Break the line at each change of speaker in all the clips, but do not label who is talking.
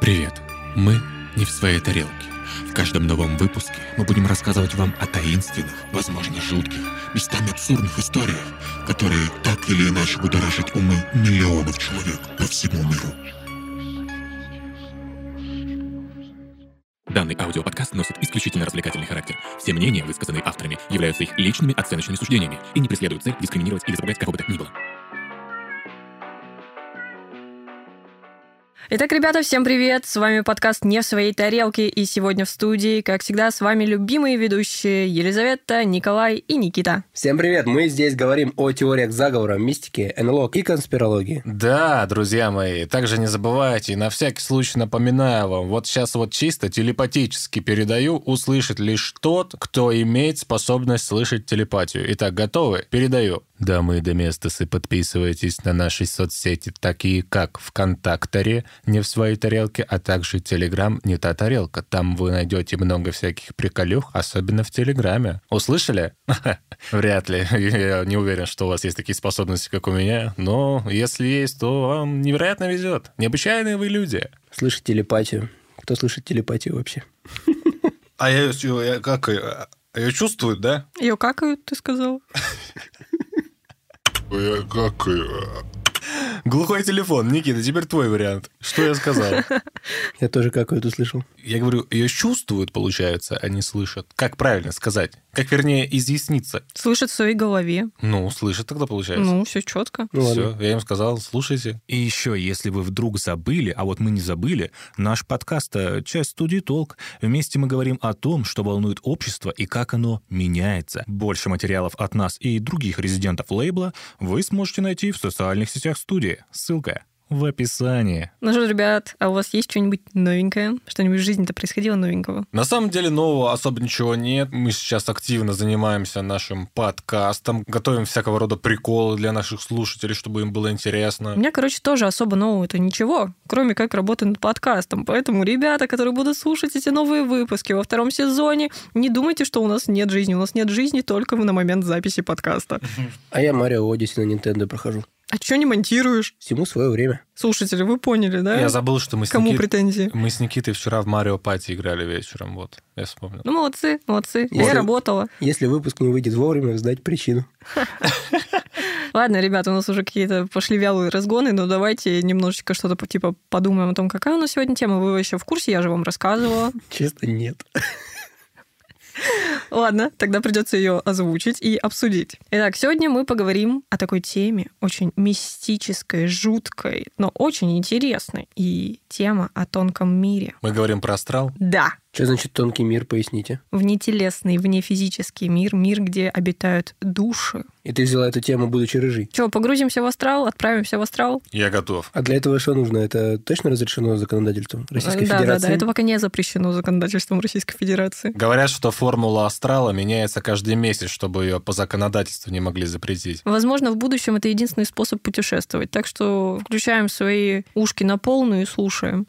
Привет! Мы не в своей тарелке. В каждом новом выпуске мы будем рассказывать вам о таинственных, возможно, жутких, местами абсурдных историях, которые так или иначе будоражат умы миллионов человек по всему миру. Данный аудиоподкаст носит исключительно развлекательный характер. Все мнения, высказанные авторами, являются их личными оценочными суждениями и не преследуют цель дискриминировать или запугать кого бы то ни было.
Итак, ребята, всем привет! С вами подкаст «Не в своей тарелке» и сегодня в студии, как всегда, с вами любимые ведущие Елизавета, Николай и Никита.
Всем привет! Мы здесь говорим о теориях заговора, мистике, НЛО и конспирологии.
Да, друзья мои, также не забывайте, и на всякий случай напоминаю вам, вот сейчас вот чисто телепатически передаю, услышит лишь тот, кто имеет способность слышать телепатию. Итак, готовы? Передаю. Дамы и доместосы, подписывайтесь на наши соцсети, такие как ВКонтакторе, не в своей тарелке, а также Телеграм «Не та тарелка». Там вы найдете много всяких приколюх, особенно в Телеграме. Услышали? Вряд ли. Я не уверен, что у вас есть такие способности, как у меня. Но если есть, то вам невероятно везет. Необычайные вы люди.
Слышит телепатию. Кто слышит телепатию вообще?
А я, её- я как ее?
а,
Ее чувствуют, да?
Ее какают, ты сказал?
Я как
Глухой телефон. Никита, теперь твой вариант. Что я сказал?
Я тоже какую-то услышал.
Я говорю, ее чувствуют, получается, а не слышат. Как правильно сказать? Как, вернее, изъясниться.
Слышит в своей голове.
Ну, слышат тогда, получается.
Ну, все четко.
Ну ладно.
Все, я им сказал, слушайте.
И еще, если вы вдруг забыли, а вот мы не забыли, наш подкаст э, «Часть студии Толк». Вместе мы говорим о том, что волнует общество и как оно меняется. Больше материалов от нас и других резидентов лейбла вы сможете найти в социальных сетях студии. Ссылка в описании.
Ну что, ж, ребят, а у вас есть что-нибудь новенькое? Что-нибудь в жизни-то происходило новенького?
На самом деле нового особо ничего нет. Мы сейчас активно занимаемся нашим подкастом, готовим всякого рода приколы для наших слушателей, чтобы им было
У
интересно.
меня, короче, тоже особо нового-то ничего, кроме как работы над подкастом. Поэтому, ребята, которые будут слушать эти новые выпуски во втором сезоне, не думайте, что у нас нет жизни. У нас нет жизни только на момент записи подкаста.
А я Марио Одиссе на Nintendo прохожу.
А чё не монтируешь?
Всему свое время.
Слушатели, вы поняли, да?
Я забыл, что мы с,
Кому
Никит-
претензии?
мы с Никитой вчера в Марио Пати играли вечером. Вот, я вспомнил.
Ну, молодцы, молодцы.
Если-
Я работала.
Если выпуск не выйдет вовремя, знать причину.
Ладно, ребята, у нас уже какие-то пошли вялые разгоны, но давайте немножечко что-то по- типа подумаем о том, какая у нас сегодня тема. Вы вообще в курсе, я же вам рассказывала.
Честно, нет.
Ладно, тогда придется ее озвучить и обсудить. Итак, сегодня мы поговорим о такой теме, очень мистической, жуткой, но очень интересной. И тема о тонком мире.
Мы говорим про астрал.
Да,
Что значит тонкий мир, поясните.
внетелесный, внефизический мир, мир, где обитают души.
И ты взяла эту тему, будучи рыжей.
Че, погрузимся в астрал, отправимся в астрал?
Я готов.
А для этого что нужно? Это точно разрешено законодательством Российской
да,
Федерации?
да, да, это пока не запрещено законодательством Российской Федерации.
Говорят, что формула астрала меняется каждый месяц, чтобы ее по законодательству не могли запретить.
Возможно, в будущем это единственный способ путешествовать. Так что включаем свои ушки на полную и слушаем.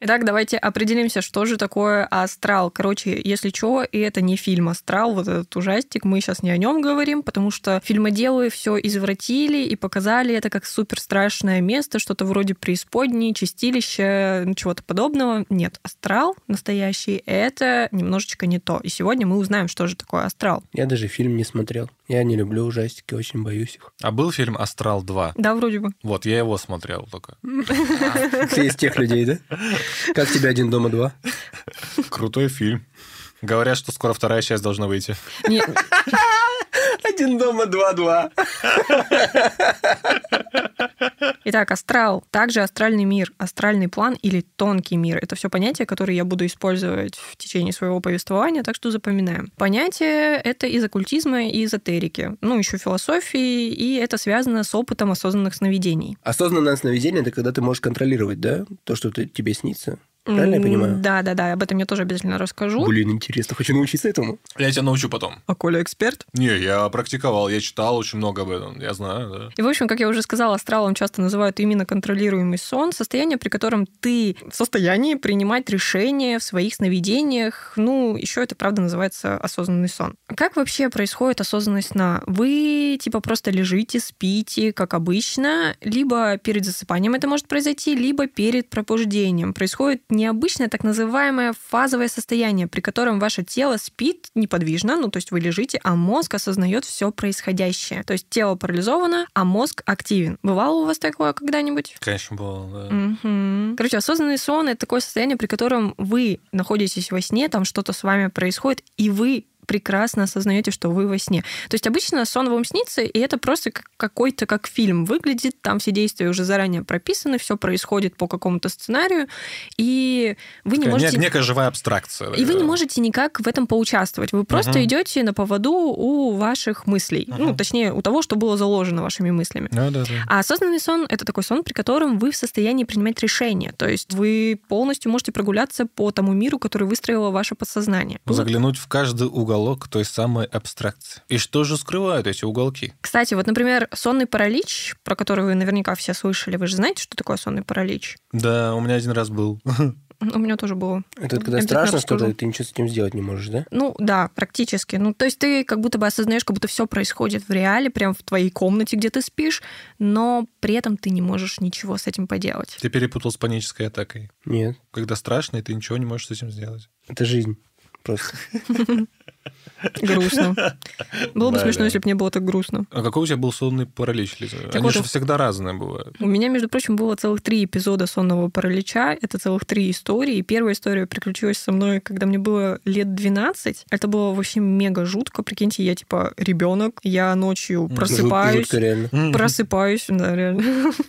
Итак, давайте определимся, что же такое астрал. Короче, если чего, и это не фильм астрал, вот этот ужастик, мы сейчас не о нем говорим, потому что фильмоделы все извратили и показали это как супер страшное место, что-то вроде преисподней, чистилища, ну, чего-то подобного. Нет, астрал настоящий — это немножечко не то. И сегодня мы узнаем, что же такое астрал.
Я даже фильм не смотрел. Я не люблю ужастики, очень боюсь их.
А был фильм «Астрал 2».
Да, вроде бы.
Вот, я его смотрел только.
Ты из тех людей, да? Как тебе «Один дома два»?
Крутой фильм. Говорят, что скоро вторая часть должна выйти.
Не,
«Один дома два-два».
Итак, астрал, также астральный мир, астральный план или тонкий мир. Это все понятия, которые я буду использовать в течение своего повествования, так что запоминаем. Понятие это из оккультизма и эзотерики, ну еще философии, и это связано с опытом осознанных сновидений.
Осознанное сновидение – это когда ты можешь контролировать, да, то, что ты, тебе снится. Правильно я понимаю?
Да, да, да, об этом я тоже обязательно расскажу.
Блин, интересно, хочу научиться этому.
Я тебя научу потом.
А Коля эксперт?
Не, я практиковал, я читал очень много об этом, я знаю, да.
И, в общем, как я уже сказала, астралом часто называют именно контролируемый сон, состояние, при котором ты в состоянии принимать решения в своих сновидениях. Ну, еще это, правда, называется осознанный сон. Как вообще происходит осознанность сна? Вы, типа, просто лежите, спите, как обычно, либо перед засыпанием это может произойти, либо перед пробуждением. Происходит необычное так называемое фазовое состояние, при котором ваше тело спит неподвижно, ну, то есть вы лежите, а мозг осознает все происходящее. То есть тело парализовано, а мозг активен. Бывало у вас такое когда-нибудь?
Конечно, было, да.
Мгм. Короче, осознанный сон это такое состояние, при котором вы находитесь во сне, там что-то с вами происходит, и вы прекрасно осознаете, что вы во сне. То есть обычно сон вам снится, и это просто как- какой-то как фильм выглядит, там все действия уже заранее прописаны, все происходит по какому-то сценарию, и вы не
Такая
можете...
не- Некая живая абстракция.
И вы не
да.
можете никак в этом поучаствовать. Вы просто
Мгм.
идете на поводу у ваших мыслей. Ну,
Мгм.
точнее, у того, что было заложено вашими мыслями.
Да, да, да.
А осознанный сон — это такой сон, при котором вы в состоянии принимать решения. То есть вы полностью можете прогуляться по тому миру, который выстроило ваше подсознание.
Заглянуть в каждый уголок той самой абстракции. И что же скрывают эти уголки?
Кстати, вот, например, сонный паралич, про который вы наверняка все слышали. Вы же знаете, что такое сонный паралич?
Да, у меня один раз был.
У меня тоже было.
Это вот когда
Я обязательно
страшно
расскажу.
что-то, ты ничего с этим сделать не можешь, да?
Ну да, практически. Ну, то есть ты как будто бы осознаешь, как будто все происходит в реале, прям в твоей комнате, где ты спишь, но при этом ты не можешь ничего с этим поделать.
Ты перепутал с панической атакой.
Нет,
Когда страшно, и ты ничего не можешь с этим сделать.
это жизнь просто. Ну,
Грустно. Было бы
Да,
смешно,
да.
если бы не было так грустно.
А какой у тебя был сонный паралич, Лиза? Они
вот,
же
а-
всегда разные бывают.
У меня, между прочим, было целых три эпизода сонного паралича. Это целых три истории. И первая история приключилась со мной, когда мне было лет 12. Это было вообще мега жутко. Прикиньте, я типа ребенок, я ночью
Жут-
просыпаюсь.
Жутко реально.
Просыпаюсь, да, реально.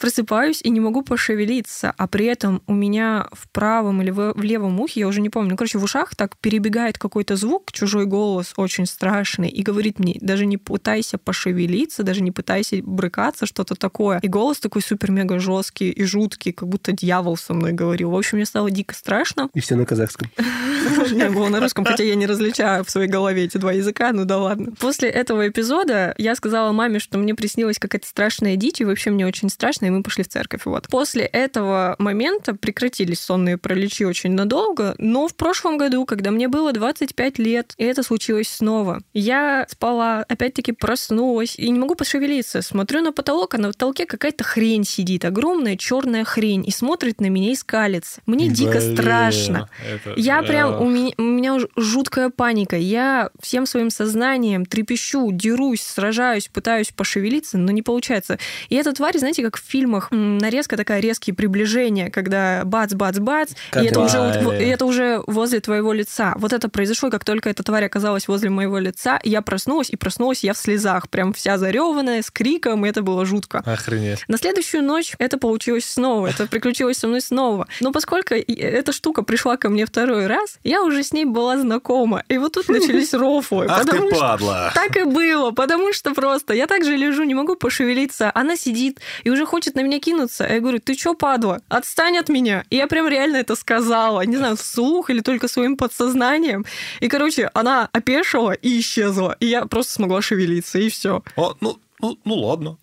Просыпаюсь и не могу пошевелиться, а при этом у меня в правом или в в левом ухе, я уже не помню, ну, короче, в ушах так перебегает какой-то звук, чужой голос очень страшный, и говорит мне, даже не пытайся пошевелиться, даже не пытайся брыкаться, что-то такое. И голос такой супер-мега жесткий и жуткий, как будто дьявол со мной говорил. В общем, мне стало дико страшно.
И все на казахском.
Не было на русском, хотя я не различаю в своей голове эти два языка, ну да ладно. После этого эпизода я сказала маме, что мне приснилась какая-то страшная дичь, и вообще мне очень страшно, и мы пошли в церковь. Вот. После этого момента прекратились сонные проличи очень надолго, но в прошлом году, когда мне было 25 лет, и это случилось снова, я спала, опять-таки проснулась, и не могу пошевелиться. Смотрю на потолок, а на потолке какая-то хрень сидит, огромная черная хрень, и смотрит на меня и скалится. Мне дико
Блин,
страшно.
это а,
Я
да.
прям, у меня, у меня уж жуткая паника. Я всем своим сознанием трепещу, дерусь, сражаюсь, пытаюсь пошевелиться, но не получается. И эта тварь, знаете, как в фильмах, м, нарезка такая, резкие приближения, когда бац-бац-бац, и
Как
это,
в
уже, вот-
Варе.
и это уже возле твоего лица. Вот это произошло, и как только эта тварь оказалась возле моего лица, я проснулась, и проснулась я в слезах, прям вся зареванная, с криком, и это было жутко.
Охренеть.
На следующую ночь это получилось снова, это приключилось со мной снова. Но поскольку и- эта штука пришла ко мне второй раз, я уже с ней была знакома. И вот тут начались рофлы.
Ах ты
потому что-
падла!
так и было, потому что просто я так же лежу, не могу пошевелиться. Она сидит и уже хочет на меня кинуться. А я говорю, ты чё, падла, отстань от меня. И я прям реально это сказала. Не знаю, вслух или только своим подсознанием. И, короче, она опешила и исчезла. И я просто смогла шевелиться, и все.
О, ну, ну, ну ладно.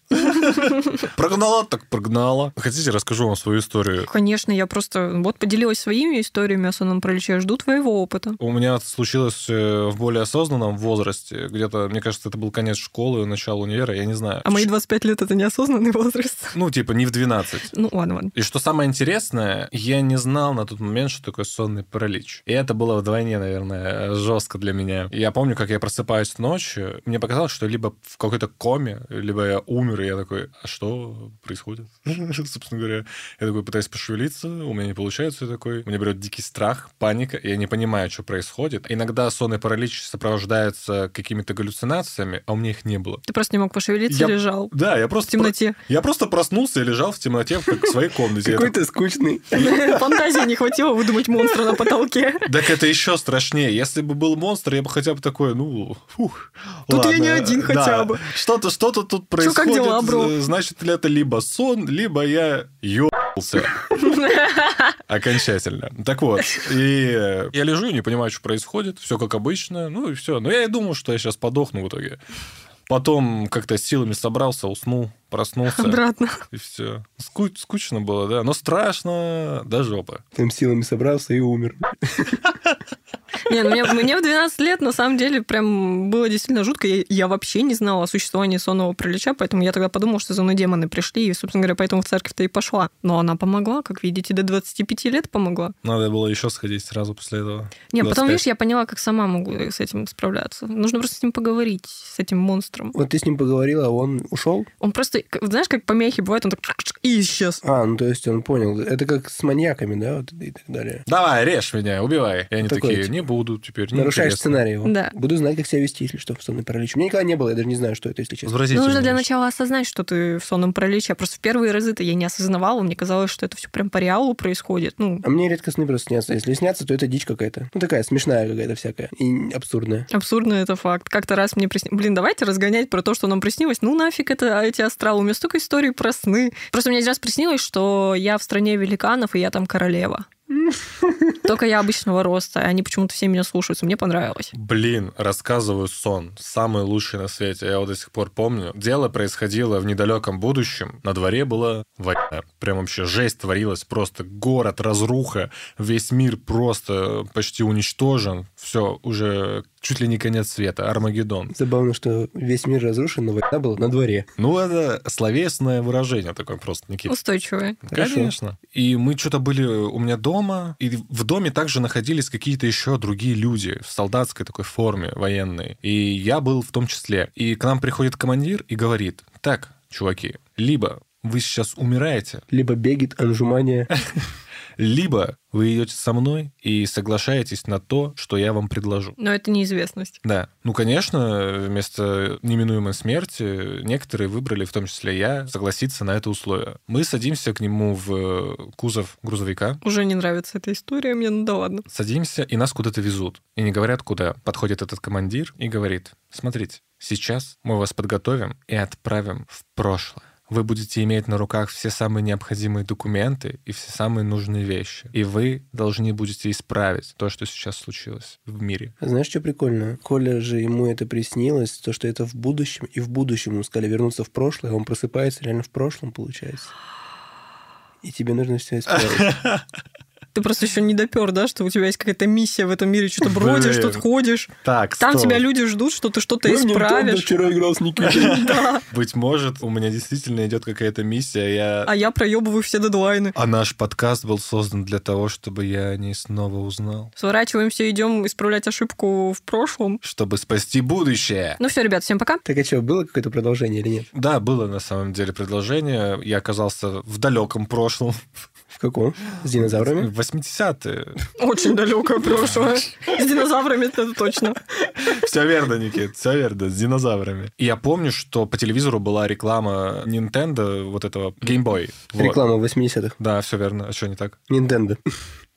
Прогнала так прогнала. Хотите, расскажу вам свою историю?
Конечно, я просто вот поделилась своими историями о сонном параличе. Жду твоего опыта.
У меня это случилось э, в более осознанном возрасте. Где-то, мне кажется, это был конец школы, начало универа, я не знаю.
А мои 25 лет — это неосознанный возраст.
Ну, типа, не в 12.
Ну, ладно, ладно.
И что самое интересное, я не знал на тот момент, что такое сонный паралич. И это было вдвойне, наверное, жестко для меня. Я помню, как я просыпаюсь ночью, мне показалось, что либо в какой-то коме, либо я умер, и я такой, а что происходит? Собственно говоря, я такой пытаюсь пошевелиться, у меня не получается, я такой, меня берет дикий страх, паника, я не понимаю, что происходит. Иногда сонный паралич сопровождается какими-то галлюцинациями, а у меня их не было.
Ты просто не мог пошевелиться,
Я-
лежал
Да, я
в
просто... про-
темноте.
Я просто проснулся и лежал в темноте в как- в своей комнате. Я такой,
Какой ты скучный.
Фантазии не хватило выдумать монстра на потолке.
Так это еще страшнее. Если бы был монстр, я бы хотя бы такой, ну, фух.
Тут я не
ладно,
один
да.
хотя бы.
Что-то что тут
Чё, как
происходит.
дела, бро?
э, Значит, ли это либо сон, либо я ё- Всё. Окончательно. Так вот, и э, я лежу и не понимаю, что происходит, все как обычно, ну и все. Но я и думал, что я сейчас подохну в итоге. Потом как-то с силами собрался, уснул, проснулся,
Обратно.
и все. скучно было, да, но страшно до жопы.
Тем силами собрался и умер.
Не, ну мне, мне в 12 лет, на самом деле, прям было действительно жутко. Я, я вообще не знала о существовании сонного прилича, поэтому я тогда подумала, что за мной демоны пришли, и, собственно говоря, поэтому в церковь-то и пошла. Но она помогла, как видите, до 25 лет помогла.
Надо было еще сходить сразу после этого.
Не, потом,
25.
видишь, я поняла, как сама могу с этим справляться. Нужно просто с ним поговорить, с этим монстром.
Вот ты с ним поговорила, а он ушел?
Он просто, к- знаешь, как помехи бывают, он так и исчез.
А, ну то есть он понял. Это как с маньяками, да, вот и так далее.
Давай, режь меня, убивай. И они
Такой,
такие,
типа,
не буду теперь.
Нарушаешь
неинтересно».
сценарий его.
Да.
Буду знать, как себя вести, если что, в сонный паралич. У меня никогда не было, я даже не знаю, что это, если честно.
Ну,
Возразительно.
нужно для начала осознать, что ты в сонном параличе. А Просто в первые разы-то я не осознавала, мне казалось, что это все прям по реалу происходит. Ну,
А мне редко сны просто снятся. Если снятся, то это дичь какая-то. Ну, такая смешная какая-то всякая. И абсурдная.
Абсурдно это факт. Как-то раз мне приснилось... Блин, давайте разгонять про то, что нам приснилось. Ну нафиг это а эти астралы. У меня столько историй про сны. Просто мне один раз приснилось, что я в стране великанов, и я там королева. Только я обычного роста, и они почему-то все меня слушаются. Мне понравилось.
Блин, рассказываю сон. Самый лучший на свете. Я его до сих пор помню. Дело происходило в недалеком будущем. На дворе была война. Прям вообще жесть творилась. Просто город, разруха. Весь мир просто э, почти уничтожен. Все, уже чуть ли не конец света. Армагеддон.
Забавно, что весь мир разрушен, но война была на дворе.
Ну, это словесное выражение такое просто, Никита.
Устойчивые.
Хорошо.
Конечно. И мы что-то были у меня дома, и в доме также находились какие-то еще другие люди в солдатской такой форме военной. И я был в том числе. И к нам приходит командир и говорит, так, чуваки, либо вы сейчас умираете,
Либо бегит Анжумания.
либо вы идете со мной и соглашаетесь на то, что я вам предложу.
Но это неизвестность.
Да. Ну, конечно, вместо неминуемой смерти некоторые выбрали, в том числе я, согласиться на это условие. Мы садимся к нему в э, кузов грузовика,
Уже не нравится эта история мне, ну да ладно.
Садимся, и нас куда-то везут. И не говорят, куда. Подходит этот командир и говорит, смотрите, сейчас мы вас подготовим и отправим в прошлое. Вы будете иметь на руках все самые необходимые документы и все самые нужные вещи. И вы должны будете исправить то, что сейчас случилось в мире.
А Знаешь, что прикольно? Коля же ему это приснилось, то, что это в будущем, и в будущем ему сказали вернуться в прошлое, а он просыпается реально в прошлом, получается. И тебе нужно все исправить.
Ты просто еще не допер, да, что у тебя есть какая-то миссия в этом мире, что-то бродишь,
Блин.
что-то ходишь.
Так,
Там тебя люди ждут, что ты что-то
ну
исправишь.
вчера играл с Никитой.
Да.
Быть может, у меня действительно идет какая-то миссия, я...
А я проебываю все дедлайны.
А наш подкаст был создан для того, чтобы я о ней снова узнал.
Сворачиваемся, идем исправлять ошибку в прошлом.
Чтобы спасти будущее.
Ну все, ребят, всем пока.
Так а что, было какое-то продолжение или нет?
Да, было на самом деле предложение. Я оказался в далеком прошлом.
В каком? С динозаврами?
В 80-е.
Очень далекое прошлое. С динозаврами это точно.
Все верно, Никит, все верно, с динозаврами. И я помню, что по телевизору была реклама Nintendo, вот этого Game Boy. Вот.
Реклама 80-х.
Да, все верно. А что не так?
Nintendo.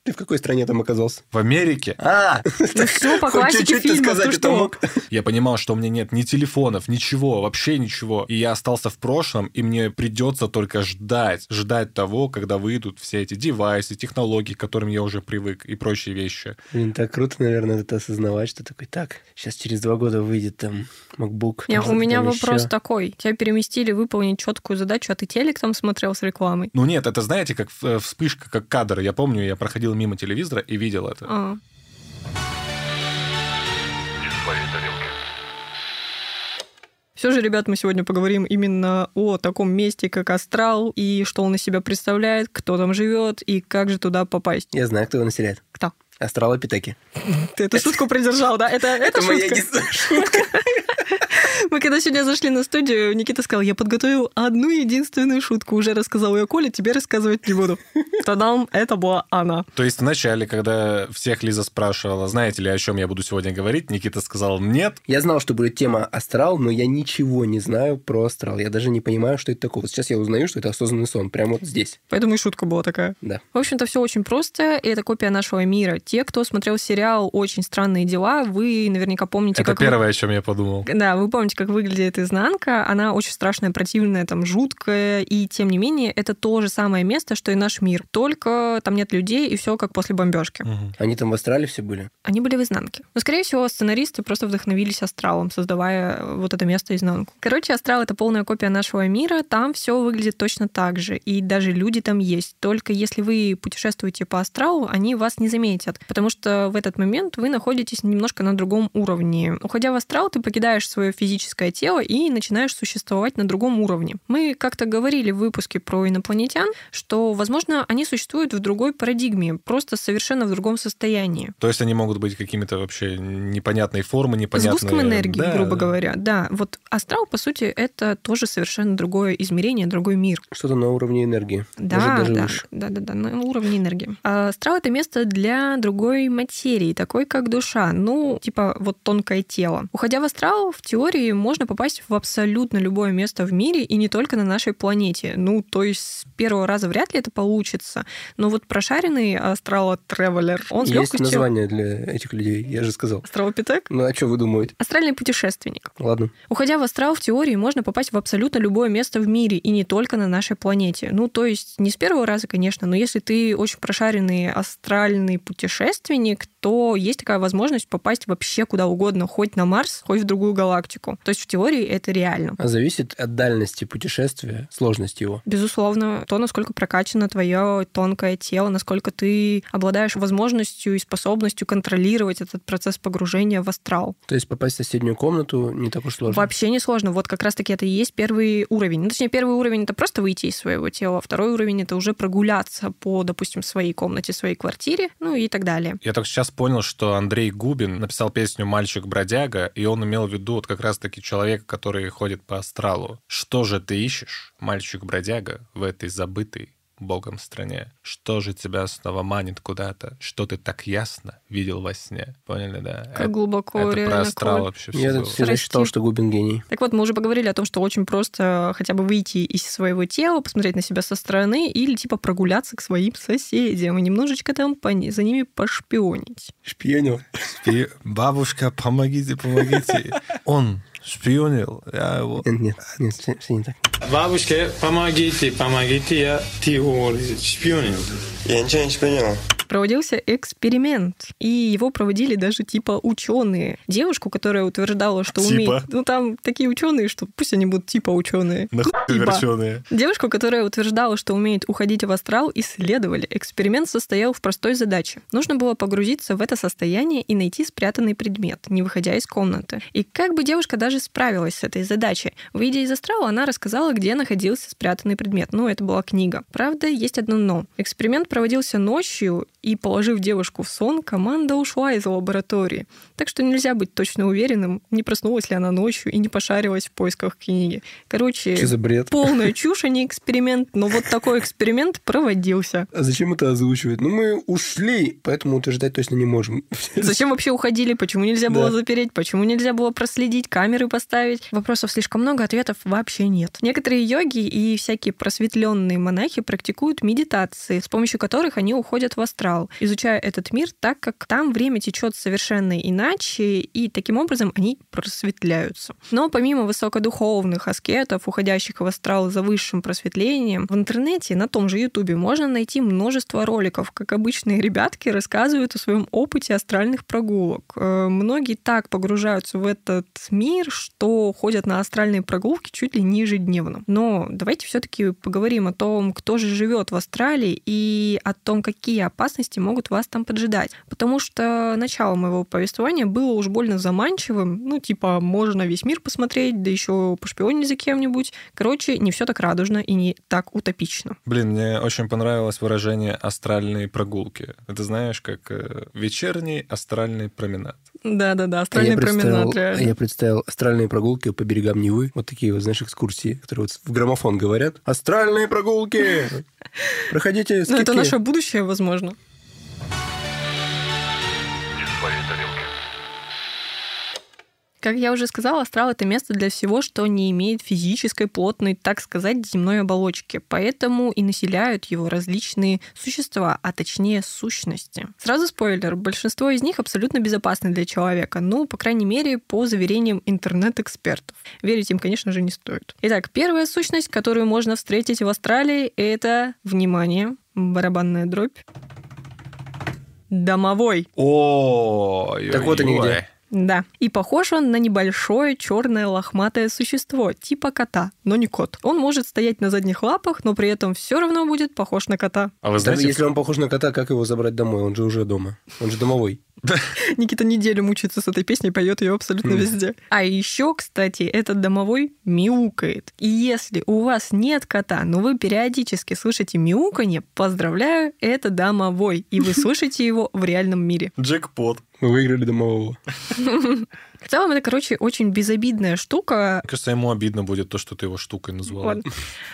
Ты в какой стране там оказался?
В Америке
А!
Ну все, по
Хоть
классике
чуть-чуть ты
фильма, ты
сказать это
что?
мог.
я понимал, что у меня нет ни телефонов, ничего, вообще ничего. И я остался в прошлом, и мне придется только ждать. Ждать того, когда выйдут все эти девайсы, технологии, к которым я уже привык, и прочие вещи.
Блин, так круто, наверное, это осознавать, что такой, так, сейчас через два года выйдет там MacBook.
Не,
там
у меня
что-то
вопрос
еще.
такой. Тебя переместили выполнить четкую задачу, а ты телек там смотрел с рекламой?
Ну нет, это знаете, как э, вспышка, как кадр. Я помню, я проходил мимо телевизора и видел это.
А. Все же, ребят, мы сегодня поговорим именно о таком месте, как Астрал, и что он из себя представляет, кто там живет и как же туда попасть.
Я знаю, кто его населяет.
Кто?
Астралопитеки.
Ты эту шутку придержал, да? Это, это, шутка. Мы когда сегодня зашли на студию, Никита сказал, я подготовил одну единственную шутку, уже рассказал ее Коле, тебе рассказывать не буду. Тадам, это была она.
То есть вначале, когда всех Лиза спрашивала, знаете ли, о чем я буду сегодня говорить, Никита сказал нет.
Я знал, что будет тема астрал, но я ничего не знаю про астрал. Я даже не понимаю, что это такое. Вот сейчас я узнаю, что это осознанный сон. Прямо вот здесь.
Поэтому и шутка была такая.
Да.
В общем-то, все очень просто, и это копия нашего мира. Те, кто смотрел сериал «Очень странные дела», вы наверняка помните,
Это
Типа как... вы-
первое, о чем я подумал.
Да, вы помните, как выглядит изнанка. Она очень страшная, противная, там, жуткая. И, тем не менее, это то же самое место, что и наш мир. Только там нет людей, и все как после бомбежки.
Они там в Австралии все были?
Они были в изнанке. Но, скорее всего, сценаристы просто вдохновились астралом, создавая э, вот это место изнанку. Короче, астрал — это полная копия нашего мира, там все выглядит точно так же, и даже люди там есть. Только если вы путешествуете по астралу, они вас не заметят, потому что в этот момент вы находитесь немножко на другом уровне. Уходя в астрал, ты покидаешь свое физическое тело и начинаешь существовать на другом уровне. Мы как-то говорили в выпуске про инопланетян, что, возможно, они существуют в другой парадигме, просто совершенно в другом состоянии.
То есть они могут быть какими-то вообще непонятной формы, непонятной...
Сгустком энергии,
Да,
грубо
да.
говоря. Да, вот астрал, по сути, это тоже совершенно другое измерение, другой мир.
Что-то на уровне энергии.
Да,
Может, даже
да,
выше.
да, да, да, на уровне энергии. А астрал — это место для другой материи, такой как душа, ну, типа вот тонкое тело. Уходя в астрал, в теории можно попасть в абсолютно любое место в мире и не только на нашей планете. Ну, то есть с первого раза вряд ли это получится, но вот прошаренный астрало-тревелер, он с
Есть
легкостью...
название для этих людей, я же сказал.
Астралопитек?
Ну а что вы думаете?
Астральный путешественник.
Ладно.
Уходя в астрал, в теории можно попасть в абсолютно любое место в мире, и не только на нашей планете. Ну, то есть не с первого раза, конечно, но если ты очень прошаренный астральный путешественник, то есть такая возможность попасть вообще куда угодно, хоть на Марс, хоть в другую галактику. То есть в теории это реально.
А зависит от дальности путешествия, сложности его.
Безусловно, то, насколько прокачано твое тонкое тело, насколько ты обладаешь возможностью и способностью контролировать этот процесс погружения в астрал.
То есть попасть в соседнюю комнату не так уж сложно.
Вообще не сложно. Вот как раз-таки это и есть первый уровень. Ну, точнее, первый уровень это просто выйти из своего тела, а второй уровень это уже прогуляться по, допустим, своей комнате, своей квартире, ну и так далее.
Я только сейчас понял, что Андрей Губин написал песню «Мальчик-бродяга», и он имел в виду вот как раз-таки человека, который ходит по астралу. Что же ты ищешь, мальчик-бродяга, в этой забытой богом стране? Что же тебя снова манит куда-то? Что ты так ясно видел во сне? Поняли, да?
Как
это,
глубоко
Э, это про
реально
астрал
Коль.
вообще
Я
все
тут
было.
всегда
Прости.
считал, что Губин гений.
Так вот, мы уже поговорили о том, что очень просто хотя бы выйти из своего тела, посмотреть на себя со стороны или типа прогуляться к своим соседям и немножечко там по ни- за ними пошпионить.
Шпионил.
Спи- Бабушка, помогите, помогите. Он шпионил, я его...
Нет, нет, нет, все, все не так.
Бабушке, помогите, помогите, я ты шпионил.
Я ничего не понял.
проводился эксперимент, и его проводили даже типа ученые. Девушку, которая утверждала, что
Типа?
умеет... Ну, там такие ученые, что пусть они будут типа ученые. Типа.
Верченые.
Девушку, которая утверждала, что умеет уходить в астрал, исследовали. Эксперимент состоял в простой задаче. Нужно было погрузиться в это состояние и найти спрятанный предмет, не выходя из комнаты. И как бы девушка даже справилась с этой задачей. Выйдя из астрала, она рассказала, где находился спрятанный предмет. Ну, это была книга. Правда, есть одно но. Эксперимент проводился ночью, и, положив девушку в сон, команда ушла из лаборатории. Так что нельзя быть точно уверенным, не проснулась ли она ночью и не пошарилась в поисках книги. Короче,
Что за бред?
полная чушь, а не эксперимент. Но вот такой эксперимент проводился.
А зачем это озвучивать? Ну, мы ушли, поэтому утверждать точно не можем.
Зачем вообще уходили? Почему нельзя было
Да.
запереть? Почему нельзя было проследить, камеры поставить? Вопросов слишком много, ответов вообще нет. Некоторые йоги и всякие просветленные монахи практикуют медитации, с помощью которых они уходят в астрал, изучая этот мир, так как там время течет совершенно иначе, и таким образом они просветляются. Но помимо высокодуховных аскетов, уходящих в астрал за высшим просветлением, в интернете, на том же Ютубе, можно найти множество роликов, как обычные ребятки рассказывают о своем опыте астральных прогулок. Э, Многие так погружаются в этот мир, что ходят на астральные прогулки чуть ли не ежедневно. Но давайте все-таки поговорим о том, кто же живет в Австралии и о том, какие опасности могут вас там поджидать. Потому что начало моего повествования было уж больно заманчивым. Ну, типа, можно весь мир посмотреть, да еще пошпионить за кем-нибудь. Короче, не все так радужно и не так утопично.
Блин, мне очень понравилось выражение «астральные прогулки». Это знаешь, как э, вечерний астральный променад.
Да-да-да,
А я
астральный променад.
представил- а
реально.
Я представил астральные прогулки по берегам Невы. Вот такие вот, знаешь, экскурсии, которые вот в граммофон говорят. Астральные прогулки! Проходите,
Ну, это
скидки.
наше будущее, возможно. Как я уже сказала, астрал — это место для всего, что не имеет физической, плотной, так сказать, земной оболочки. Поэтому и населяют его различные существа, а точнее сущности. Сразу спойлер, большинство из них абсолютно безопасны для человека, ну, по крайней мере, по заверениям интернет-экспертов. Верить им, конечно же, не стоит. Итак, первая сущность, которую можно встретить в Австралии, это, внимание, барабанная дробь, домовой.
О,
Так вот они
ой-ой.
где.
Да. И похож он на небольшое черное лохматое существо, типа кота, но не кот. Он может стоять на задних лапах, но при этом все равно будет похож на кота.
А вы
Даже
знаете,
если он похож на кота, как его забрать домой? Он же уже дома. Он же домовой.
Никита неделю мучается с этой песней, поет ее абсолютно
Мгм.
везде. А еще, кстати, этот домовой мяукает. И если у вас нет кота, но вы периодически слышите мяуканье, поздравляю, это домовой. И вы слышите его в реальном мире.
джекпот.
Мы выиграли домового.
В целом, это, короче, очень безобидная штука.
Мне кажется, ему обидно будет то, что ты его штукой назвала.
Ладно.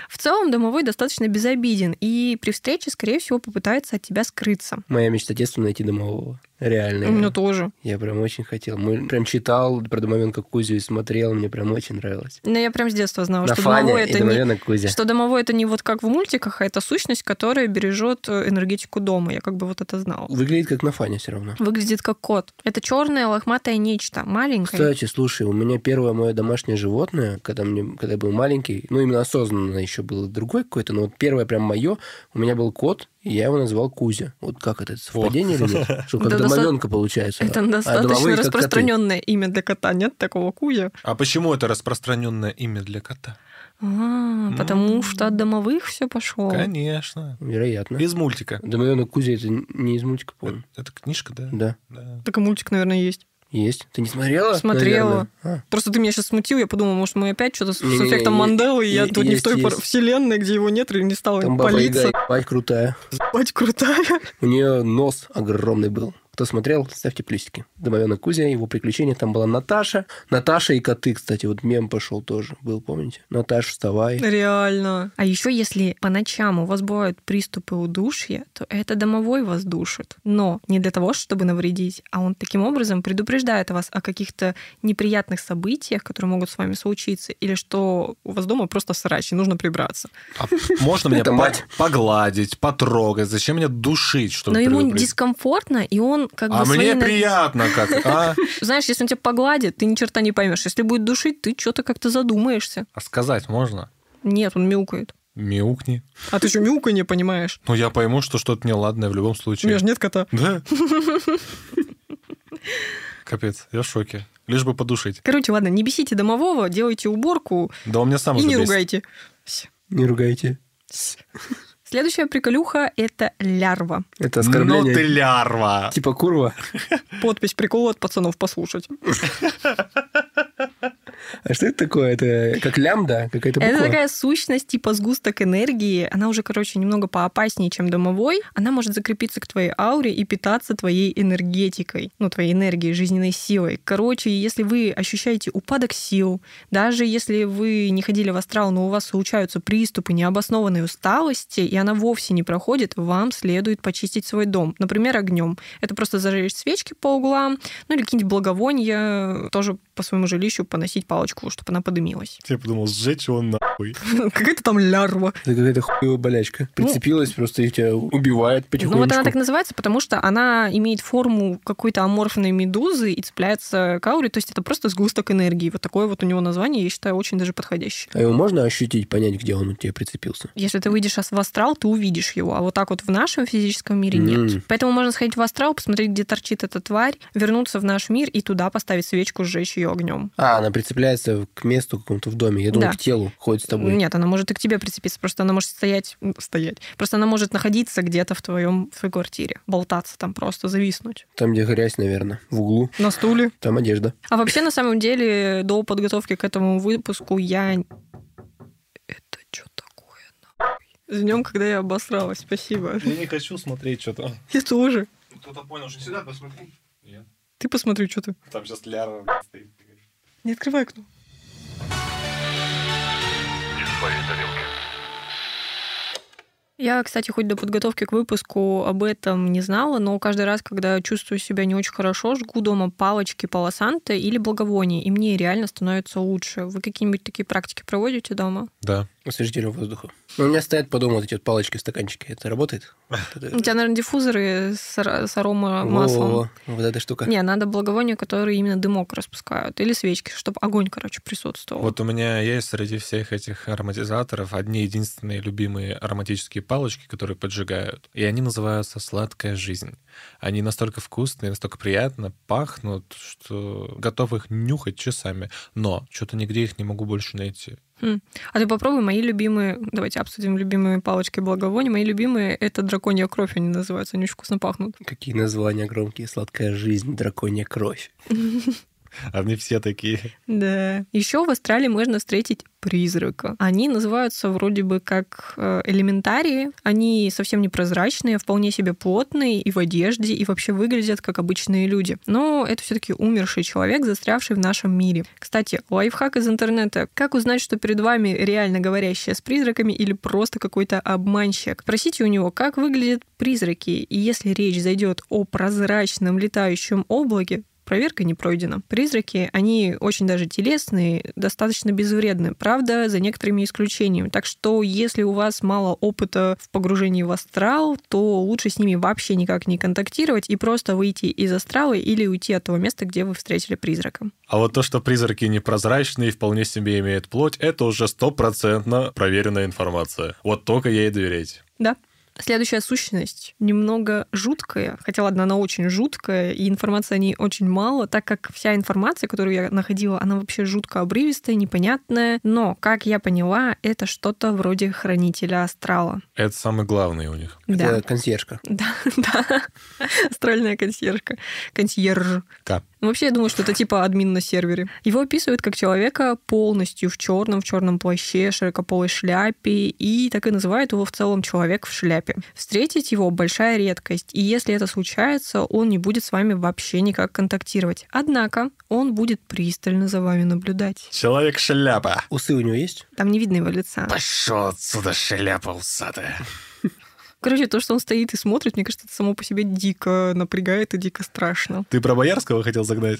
В целом, домовой достаточно безобиден, и при встрече, скорее всего, попытается от тебя скрыться.
Моя мечта детства найти домового. Реально.
У меня тоже.
Я прям очень хотел. Мы прям читал про домовенка Кузю и смотрел, мне прям очень нравилось.
Но я прям с детства знала,
На
что
фане
домовой
и
это не
домовенок Кузя.
Что домовой это не вот как в мультиках, а это сущность, которая бережет э, энергетику дома. Я как бы вот это знала.
Выглядит как на фане все равно.
Выглядит как кот. Это черное лохматое нечто, маленькое.
Кстати, слушай, у меня первое мое домашнее животное, когда, мне, когда я был маленький, ну, именно осознанно еще было другое какое-то, но вот первое прям мое, у меня был кот, и я его назвал Кузя. Вот как это, совпадение или нет? Что, как
Да, доста-
домовенка получается.
Это
а
достаточно
домовые как коты.
распространенное имя для кота. Нет такого куя.
А почему это распространенное имя для кота?
А, потому что от домовых все пошло.
Конечно.
Вероятно.
Из мультика.
Домовенок Кузя, это не из мультика, по-моему.
Э,
Это книжка, да?
Да,
Да.
Так и мультик, наверное, есть.
есть. Ты не смотрела?
Смотрела.
Наверное? А.
Просто ты меня сейчас смутил, я подумала, может, мы опять что-то с, с
Не-не-не,
эффектом
е-
Манделы, и я
е-
тут не в
есть,
той пор-
есть.
вселенной, где его нет, и не
А,
стала
там баба Яга,
палиться.
ебать, крутая.
Бать крутая.
У нее нос огромный был. Кто смотрел, ставьте плюсики. Домовенок Кузя, его приключения. Там была Наташа. Наташа и коты, кстати. Вот мем пошел тоже. Был, помните? Наташа, вставай.
Реально. А еще, если по ночам у вас бывают приступы удушья, то это домовой вас душит. Но не для того, чтобы навредить, а он таким образом предупреждает вас о каких-то неприятных событиях, которые могут с вами случиться, или что у вас дома просто срач, и нужно прибраться.
А можно меня
Это
по-
мать.
погладить, потрогать? Зачем меня душить, чтобы
Но ему
предупредить?
дискомфортно, и он как бы...
А
свои
мне
на-
приятно как, а?
Знаешь, если он тебя погладит, ты ни черта не поймешь. Если будет душить, ты что-то как-то задумаешься.
А сказать можно?
Нет, он мяукает.
Мяукни.
А ты что, мяуканье понимаешь?
Ну, я пойму, что что-то неладное в любом
У меня
случае.
же нет кота.
Да? Капец, я в шоке. Лишь бы подушить.
Короче, ладно, не бесите домового, делайте уборку,
Да он меня сам
И
уже
не
бесит.
ругайте.
Не ругайте.
Следующая приколюха — это лярва.
Это
Ну ты
оскорбление.
лярва.
Типа курва.
Подпись прикола от пацанов послушать.
А что это такое? Это как лямда? Какая-то
Это
буква?
такая сущность типа сгусток энергии. Она уже, короче, немного поопаснее, чем домовой. Она может закрепиться к твоей ауре и питаться твоей энергетикой. Ну, твоей энергией, жизненной силой. Короче, если вы ощущаете упадок сил, даже если вы не ходили в астрал, но у вас случаются приступы необоснованной усталости, и она вовсе не проходит, вам следует почистить свой дом. Например, огнем. Это просто зажечь свечки по углам, ну или какие-нибудь благовония, тоже по своему жилищу поносить палочку, чтобы она подымилась.
Я подумал, сжечь его нахуй.
Какая-то там лярва.
Это какая-то хуевая болячка. Прицепилась просто и тебя убивает
Ну вот она
потихонечку.
так называется, потому что она имеет форму какой-то аморфной медузы и цепляется к ауре, то есть это просто сгусток энергии. Вот такое вот у него название, я считаю, очень даже подходящее.
А его можно ощутить, понять, где он у тебя прицепился?
Если ты выйдешь ас- в астрал, ты увидишь его, а вот так вот в нашем физическом мире
М.
нет. Поэтому можно сходить в астрал, посмотреть, где торчит эта тварь, вернуться в наш мир и туда поставить свечку, сжечь ее огнем.
А, она прицепляется к месту какому-то в доме. Я думал,
Да.
к телу ходит с тобой.
Нет, она может и к тебе прицепиться, просто она может стоять, м, стоять. Просто она может находиться где-то в твоем в твоей квартире, болтаться там просто, зависнуть
Там, где грязь, наверное. В углу.
на стуле.
Там одежда.
А вообще, на самом деле, до подготовки к этому выпуску я... Это что такое, нахуй? Днем, когда я обосралась, спасибо.
Я не хочу смотреть что-то.
Я тоже.
Кто-то понял, что сюда посмотри.
Ты посмотри, что ты.
Там сейчас ляра стоит.
Не открывай окно. Я, кстати, хоть до подготовки к выпуску об этом не знала, но каждый раз, когда чувствую себя не очень хорошо, жгу дома палочки полосанта или благовоний, и мне реально становится лучше. Вы какие-нибудь такие практики проводите дома?
Да.
Освежителем воздуха. Ну, у меня стоят по дому вот эти вот палочки в стаканчике. Это работает?
У тебя, наверное, диффузоры с, ар- с аромамаслом.
Во-во-во. Вот эта штука.
Не, надо благовония, которые именно дымок распускают. Или свечки, чтобы огонь, короче, присутствовал.
Вот у меня есть среди всех этих ароматизаторов одни единственные любимые ароматические палочки, которые поджигают. И они называются «Сладкая жизнь». Они настолько вкусные, настолько приятно пахнут, что готов их нюхать часами. Но что-то нигде их не могу больше найти.
А ты попробуй мои любимые, давайте обсудим любимые палочки благовоний. Мои любимые — это драконья кровь, они называются, они очень вкусно пахнут.
Какие названия громкие. Сладкая жизнь, драконья кровь.
Они все такие.
Да. Еще в Австралии можно встретить призрака. Они называются вроде бы как э, элементарии. Они совсем непрозрачные, вполне себе плотные и в одежде, и вообще выглядят как обычные люди. Но это все-таки умерший человек, застрявший в нашем мире. Кстати, лайфхак из интернета. Как узнать, что перед вами реально говорящая с призраками или просто какой-то обманщик? Спросите у него, как выглядят призраки, и если речь зайдет о прозрачном летающем облаке, Проверка не пройдена. Призраки, они очень даже телесные, достаточно безвредны, правда, за некоторыми исключениями. Так что, если у вас мало опыта в погружении в астрал, то лучше с ними вообще никак не контактировать и просто выйти из астрала или уйти от того места, где вы встретили призрака.
А вот то, что призраки непрозрачные и вполне себе имеют плоть, это уже стопроцентно проверенная информация. Вот только ей доверять.
Да. Следующая сущность немного жуткая, хотя ладно, она очень жуткая, и информации о ней очень мало, так как вся информация, которую я находила, она вообще жутко обрывистая, непонятная, но, как я поняла, это что-то вроде хранителя астрала.
Это самое главное у них.
Да.
Это консьержка.
Да, да. Астральная консьержка. Консьерж.
Да.
Ну, Вообще, я думаю, что это типа админ на сервере. Его описывают как человека полностью в черном, в черном плаще, широкополой шляпе, и так и называют его в целом человек в шляпе. Встретить его большая редкость, и если это случается, он не будет с вами вообще никак контактировать. Однако он будет пристально за вами наблюдать.
Человек-шляпа.
Усы у него есть?
Там не видно его лица.
Пошел отсюда, шляпа усатая.
Короче, то, что он стоит и смотрит, мне кажется, это само по себе дико напрягает и дико страшно.
Ты про Боярского хотел загнать?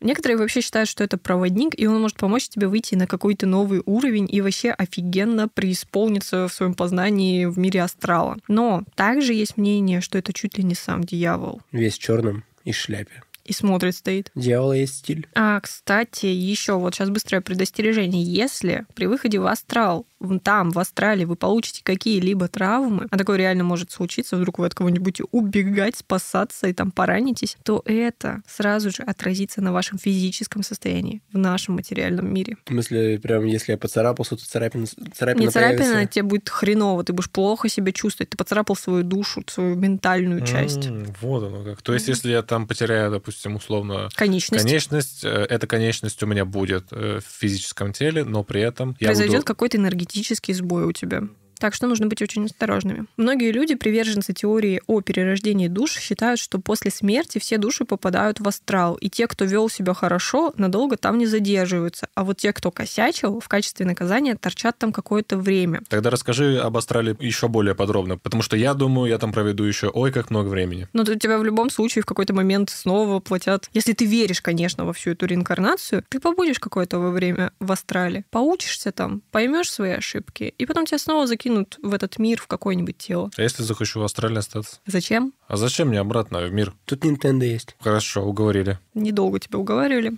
Некоторые вообще считают, что это проводник, и он может помочь тебе выйти на какой-то новый уровень и вообще офигенно преисполниться в своем познании в мире астрала. Но также есть мнение, что это чуть ли не сам дьявол.
Весь в черном и в шляпе.
И смотрит стоит.
Дьявола есть стиль.
А, кстати, еще вот сейчас быстрое предостережение. Если при выходе в астрал, в- там, в астрале, вы получите какие-либо травмы, а такое реально может случиться, вдруг вы от кого-нибудь будете убегать, спасаться и там поранитесь, то это сразу же отразится на вашем физическом состоянии в нашем материальном мире.
В смысле, прям если я поцарапался, то царапина, царапина
Не царапина,
появится.
тебе будет хреново, ты будешь плохо себя чувствовать, ты поцарапал свою душу, свою ментальную часть.
М, Вот оно как. То есть, если я там потеряю, допустим, условно
Конечность.
конечность, э, эта конечность у меня будет э, в физическом теле, но при этом я
произойдет
буду...
какой-то энергетический сбой у тебя. Так что нужно быть очень осторожными. Многие люди, приверженцы теории о перерождении душ, считают, что после смерти все души попадают в астрал, и те, кто вел себя хорошо, надолго там не задерживаются, а вот те, кто косячил, в качестве наказания торчат там какое-то время.
Тогда расскажи об Астрале еще более подробно, потому что я думаю, я там проведу еще ой как много времени.
Но тут тебя в любом случае в какой-то момент снова платят. Если ты веришь, конечно, во всю эту реинкарнацию, ты побудешь какое-то во время в астрале, поучишься там, поймешь свои ошибки, и потом тебя снова закинут в этот мир, в какое-нибудь тело.
А если захочу в астрале остаться?
Зачем?
А зачем мне обратно в мир?
Тут Nintendo есть.
Хорошо, уговорили.
Недолго тебя уговаривали.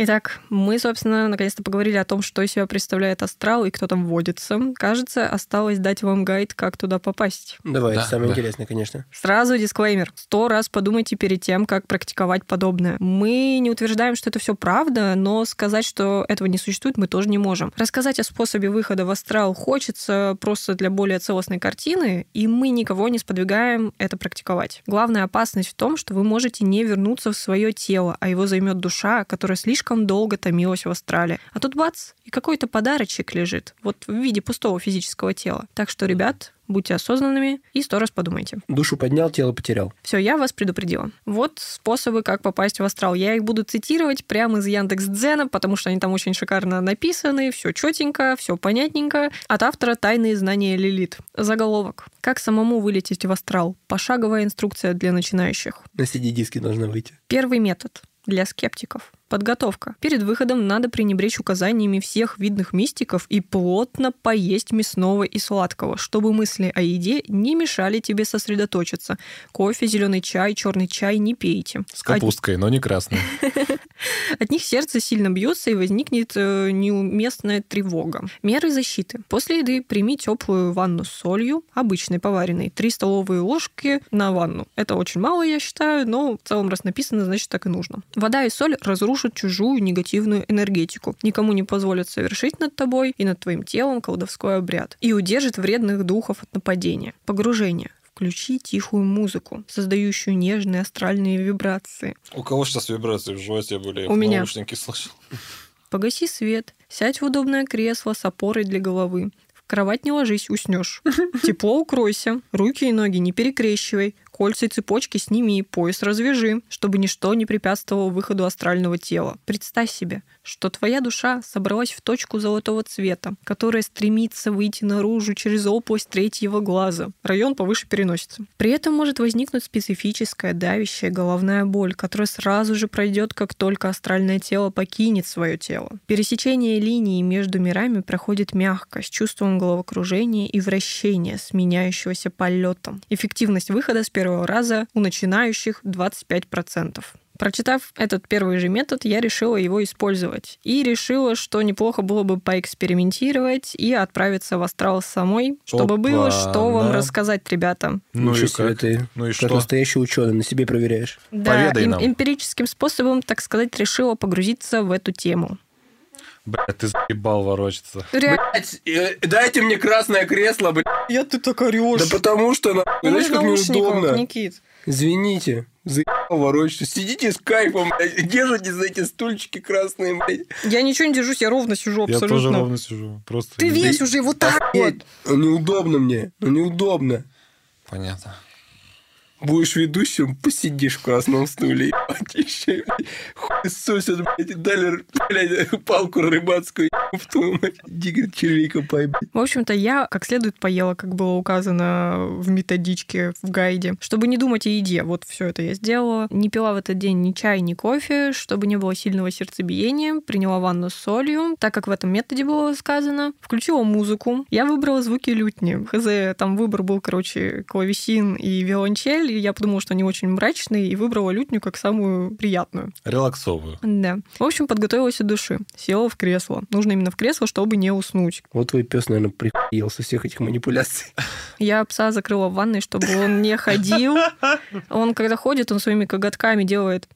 Итак, мы, собственно, наконец-то поговорили о том, что из себя представляет астрал и кто там водится. Кажется, осталось дать вам гайд, как туда попасть.
Давай,
Да,
это самое
да.
интересное, конечно.
Сразу дисклеймер. Сто раз подумайте перед тем, как практиковать подобное. Мы не утверждаем, что это все правда, но сказать, что этого не существует, мы тоже не можем. Рассказать о способе выхода в астрал хочется просто для более целостной картины, и мы никого не сподвигаем это практиковать. Главная опасность в том, что вы можете не вернуться в свое тело, а его займет душа, которая слишком слишком долго томилась в астрале. А тут бац, и какой-то подарочек лежит, вот в виде пустого физического тела. Так что, ребят, будьте осознанными и сто раз подумайте.
Душу поднял, тело потерял.
Все, я вас предупредила. Вот способы, как попасть в астрал. Я их буду цитировать прямо из Яндекс Дзена, потому что они там очень шикарно написаны, все четенько, все понятненько. От автора «Тайные знания Лилит». Заголовок. Как самому вылететь в астрал? Пошаговая инструкция для начинающих.
На CD-диске должна выйти.
Первый метод для скептиков. Подготовка. Перед выходом надо пренебречь указаниями всех видных мистиков и плотно поесть мясного и сладкого, чтобы мысли о еде не мешали тебе сосредоточиться. Кофе, зеленый чай, черный чай не пейте.
С капусткой, но не красной.
От них сердце сильно бьется и возникнет э, неуместная тревога. Меры защиты. После еды прими теплую ванну с солью, обычной поваренной, 3 столовые ложки на ванну. Это очень мало, я считаю, но в целом раз написано, значит так и нужно. Вода и соль разрушат чужую негативную энергетику. Никому не позволят совершить над тобой и над твоим телом колдовской обряд. И удержит вредных духов от нападения. Погружение. Включи тихую музыку, создающую нежные астральные вибрации.
У кого сейчас вибрации в животе были? Я
У
в
меня.
наушники слышал.
Погаси свет, сядь в удобное кресло с опорой для головы. В кровать не ложись, уснешь. Тепло укройся, руки и ноги не перекрещивай, кольца и цепочки сними, пояс развяжи, чтобы ничто не препятствовало выходу астрального тела. Представь себе, что твоя душа собралась в точку золотого цвета, которая стремится выйти наружу через область третьего глаза. Район повыше переносится. При этом может возникнуть специфическая давящая головная боль, которая сразу же пройдет, как только астральное тело покинет свое тело. Пересечение линии между мирами проходит мягко, с чувством головокружения и вращения, сменяющегося полетом. Эффективность выхода с первого раза у начинающих 25%. Прочитав этот первый же метод, я решила его использовать. И решила, что неплохо было бы поэкспериментировать и отправиться в астрал самой, чтобы было что вам
Опа-на.
рассказать, ребята.
Ну
Ничего
и
себе
как?
ты.
Ну и
Как
что?
настоящий ученый, на себе проверяешь.
Да,
Поведай нам.
эмпирическим способом, так сказать, решила погрузиться в эту тему.
Бля, ты заебал ворочаться.
Реально,
э, дайте мне красное кресло, блядь.
я ты так орешь.
Да потому что, на... знаешь, как неудобно.
Никит.
Извините, заебал ворочаюсь. Сидите с кайфом, блядь, держитесь за эти стульчики красные, блядь.
Я ничего не держусь, я ровно сижу
Я
абсолютно.
тоже ровно сижу. Просто...
Ты весь уже вот так вот.
Блядь, ну неудобно мне, ну неудобно.
Понятно.
Будешь ведущим, посидишь в красном стуле, ебать, еще, блядь, хуй сосет, блядь, дали, блядь, палку рыбацкую, еб твою мать, дигер червяка поебать.
В общем-то, я как следует поела, как было указано в методичке, в гайде, чтобы не думать о еде. Вот все это я сделала. Не пила в этот день ни чай, ни кофе, чтобы не было сильного сердцебиения. Приняла ванну с солью, так как в этом методе было сказано. Включила музыку. Я выбрала звуки лютни. Хз, там выбор был, короче, клавесин и виолончель. И я подумала, что они очень мрачные, и выбрала лютню как самую приятную.
Релаксовую.
Да. В общем, подготовилась от души. Села в кресло. Нужно именно в кресло, чтобы не уснуть.
Вот твой пес, наверное, прихуел со всех этих манипуляций.
Я пса закрыла в ванной, чтобы он не ходил. Он, когда ходит, он своими коготками делает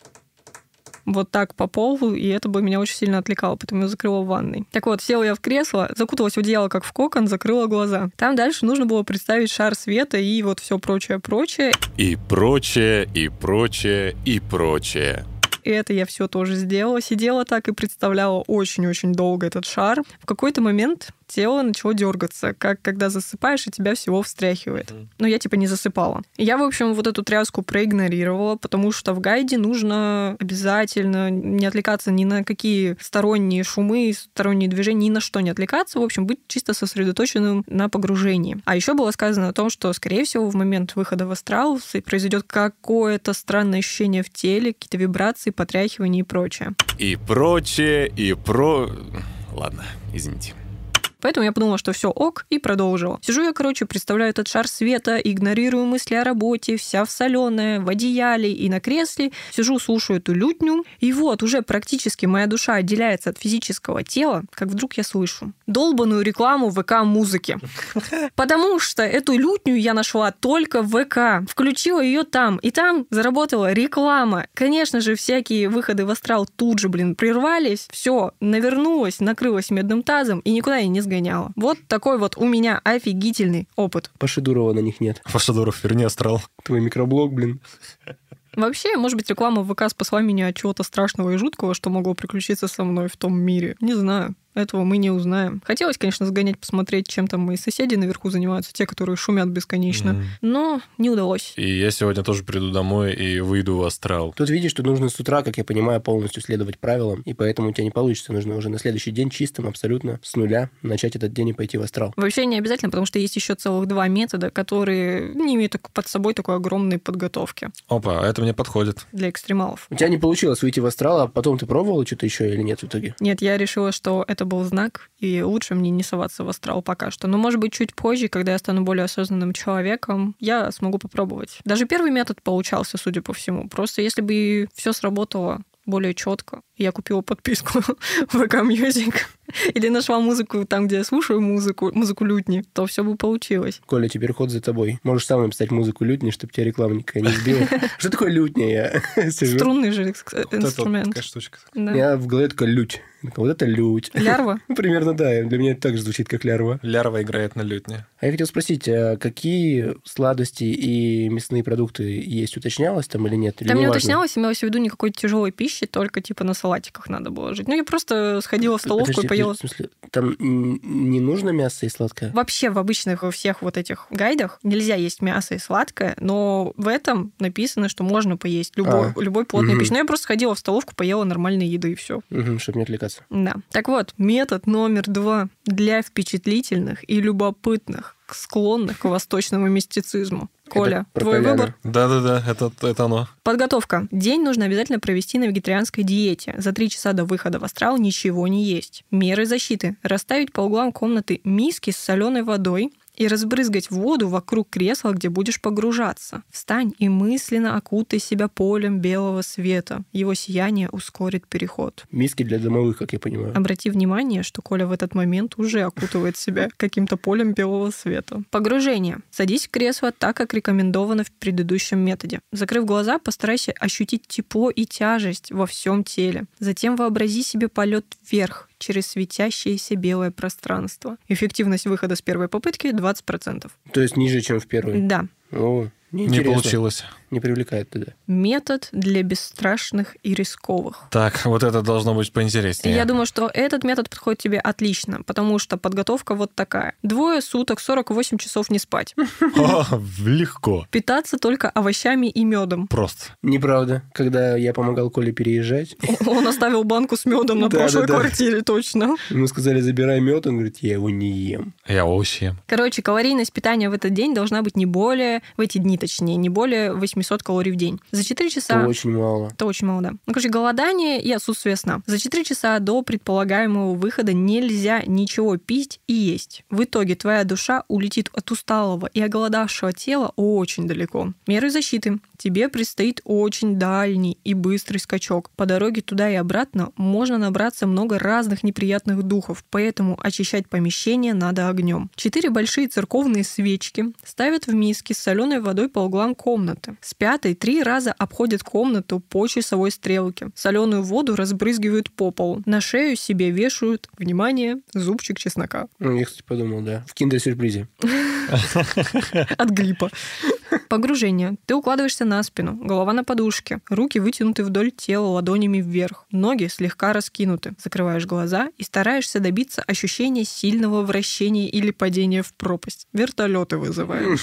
вот так по полу, и это бы меня очень сильно отвлекало, поэтому я закрыла в ванной. Так вот, села я в кресло, закуталась в одеяло, как в кокон, закрыла глаза. Там дальше нужно было представить шар света и вот все прочее-прочее.
И прочее, и прочее, и прочее.
И это я все тоже сделала. Сидела так и представляла очень-очень долго этот шар. В какой-то момент тело начало дергаться, как когда засыпаешь, и тебя всего встряхивает. Но я типа не засыпала. Я, в общем, вот эту тряску проигнорировала, потому что в гайде нужно обязательно не отвлекаться ни на какие сторонние шумы, сторонние движения, ни на что не отвлекаться. В общем, быть чисто сосредоточенным на погружении. А еще было сказано о том, что, скорее всего, в момент выхода в астрал с- произойдет какое-то странное ощущение в теле, какие-то вибрации, потряхивания и прочее.
И прочее, и про... Ладно, извините.
Поэтому я подумала, что все ок, и продолжила. Сижу я, короче, представляю этот шар света, игнорирую мысли о работе, вся в соленая, в одеяле и на кресле. Сижу, слушаю эту лютню. И вот уже практически моя душа отделяется от физического тела, как вдруг я слышу долбанную рекламу ВК-музыки. Потому что эту лютню я нашла только в ВК. Включила ее там. И там заработала реклама. Конечно же, всякие выходы в астрал тут же, блин, прервались. Все, навернулась, накрылась медным тазом и никуда я не сгоняла. Вот такой вот у меня офигительный опыт.
Паши Дурова на них нет.
Паша Дуров, верни астрал.
Твой микроблог, блин.
Вообще, может быть, реклама в ВК спасла меня от чего-то страшного и жуткого, что могло приключиться со мной в том мире. Не знаю. Этого мы не узнаем. Хотелось, конечно, сгонять, посмотреть, чем там мои соседи наверху занимаются, те, которые шумят бесконечно.
Мгм.
Но не удалось.
И я сегодня тоже приду домой и выйду в астрал.
Тут видишь, что нужно с утра, как я понимаю, полностью следовать правилам, и поэтому у тебя не получится. Нужно уже на следующий день чистым, абсолютно, с нуля начать этот день и пойти в астрал.
Вообще не обязательно, потому что есть еще целых два метода, которые не имеют так- под собой такой огромной подготовки
Опа, а это мне подходит.
для экстремалов.
У тебя не получилось выйти в астрал, а потом ты пробовала что-то еще или нет в итоге?
Нет, я решила, что это был знак, и лучше мне не соваться в астрал пока что. Но, может быть, чуть позже, когда я стану более осознанным человеком, я смогу попробовать. Даже первый метод получался, судя по всему. Просто если бы все сработало более четко. Я купила подписку ВК Music или нашла музыку там, где я слушаю музыку, музыку лютни, то все бы получилось.
Коля, теперь ход за тобой. Можешь сам написать музыку лютни, чтобы тебя реклама никакая не сбила. Что такое лютня? Я сижу.
Струнный же кс-
Вот это вот
Э, инструмент.
такая штучка.
Да.
Я в голове такая лють. Вот это лють.
Лярва.
Ну, Примерно, да. Для меня это так же звучит, как лярва.
Лярва играет на лютне.
А я хотел спросить, а какие сладости и мясные продукты есть? Уточнялось там или нет? Или
Там не
неважно?
уточнялось, имелось в виду никакой тяжелой пищи, только типа на салатиках надо было жить. Ну, я просто сходила в столовку
Э, Подожди,
и поела.
В смысле, там н- не нужно мясо и сладкое?
Вообще в обычных во всех вот этих гайдах нельзя есть мясо и сладкое, но в этом написано, что можно поесть любой,
А.
любой плотной
Мгм.
пищи. Но я просто сходила в столовку, поела нормальной еды и все.
Угу, чтобы не отвлекаться.
Да. Так вот, метод номер два для впечатлительных и любопытных, склонных к восточному мистицизму. Коля,
про
твой
Коляна.
выбор?
Да-да-да, это, это оно.
Подготовка. День нужно обязательно провести на вегетарианской диете. За три часа до выхода в астрал ничего не есть. Меры защиты. Расставить по углам комнаты миски с соленой водой и разбрызгать воду вокруг кресла, где будешь погружаться. Встань и мысленно окутай себя полем белого света. Его сияние ускорит переход.
Миски для домовых, как я понимаю.
Обрати внимание, что Коля в этот момент уже окутывает себя каким-то полем белого света. Погружение. Садись в кресло так, как рекомендовано в предыдущем методе. Закрыв глаза, постарайся ощутить тепло и тяжесть во всем теле. Затем вообрази себе полет вверх через светящееся белое пространство. Эффективность выхода с первой попытки 20%.
То есть ниже, чем в первой.
Да,
О,
Не
неинтересно.
получилось.
Не привлекает туда.
метод для бесстрашных и рисковых.
Так, вот это должно быть поинтереснее.
Я думаю, что этот метод подходит тебе отлично, потому что подготовка вот такая. Двое суток, 48 часов не спать.
О, легко.
Питаться только овощами и медом.
Просто.
Неправда. Когда я помогал Коле переезжать,
Он оставил банку с медом на
Да,
прошлой
да, да.
квартире, точно.
ему сказали, забирай мед, он говорит, я его не ем.
Я овощи ем.
Короче, калорийность питания в этот день должна быть не более, в эти дни точнее, не более 800 калорий в день. За 4 часа...
Это очень мало.
Это очень мало, да. Ну, короче, голодание и отсутствие сна. За 4 часа до предполагаемого выхода нельзя ничего пить и есть. В итоге твоя душа улетит от усталого и оголодавшего тела очень далеко. Меры защиты. Тебе предстоит очень дальний и быстрый скачок. По дороге туда и обратно можно набраться много разных неприятных духов, поэтому очищать помещение надо огнем. Четыре большие церковные свечки ставят в миски с соленой водой по углам комнаты. С пятой три раза обходят комнату по часовой стрелке. Соленую воду разбрызгивают по полу. На шею себе вешают, внимание, зубчик чеснока.
Ну, я, кстати, подумал, да. В киндер-сюрпризе.
От гриппа. Погружение. Ты укладываешься на спину, голова на подушке, руки вытянуты вдоль тела ладонями вверх, ноги слегка раскинуты. Закрываешь глаза и стараешься добиться ощущения сильного вращения или падения в пропасть. Вертолеты вызывают.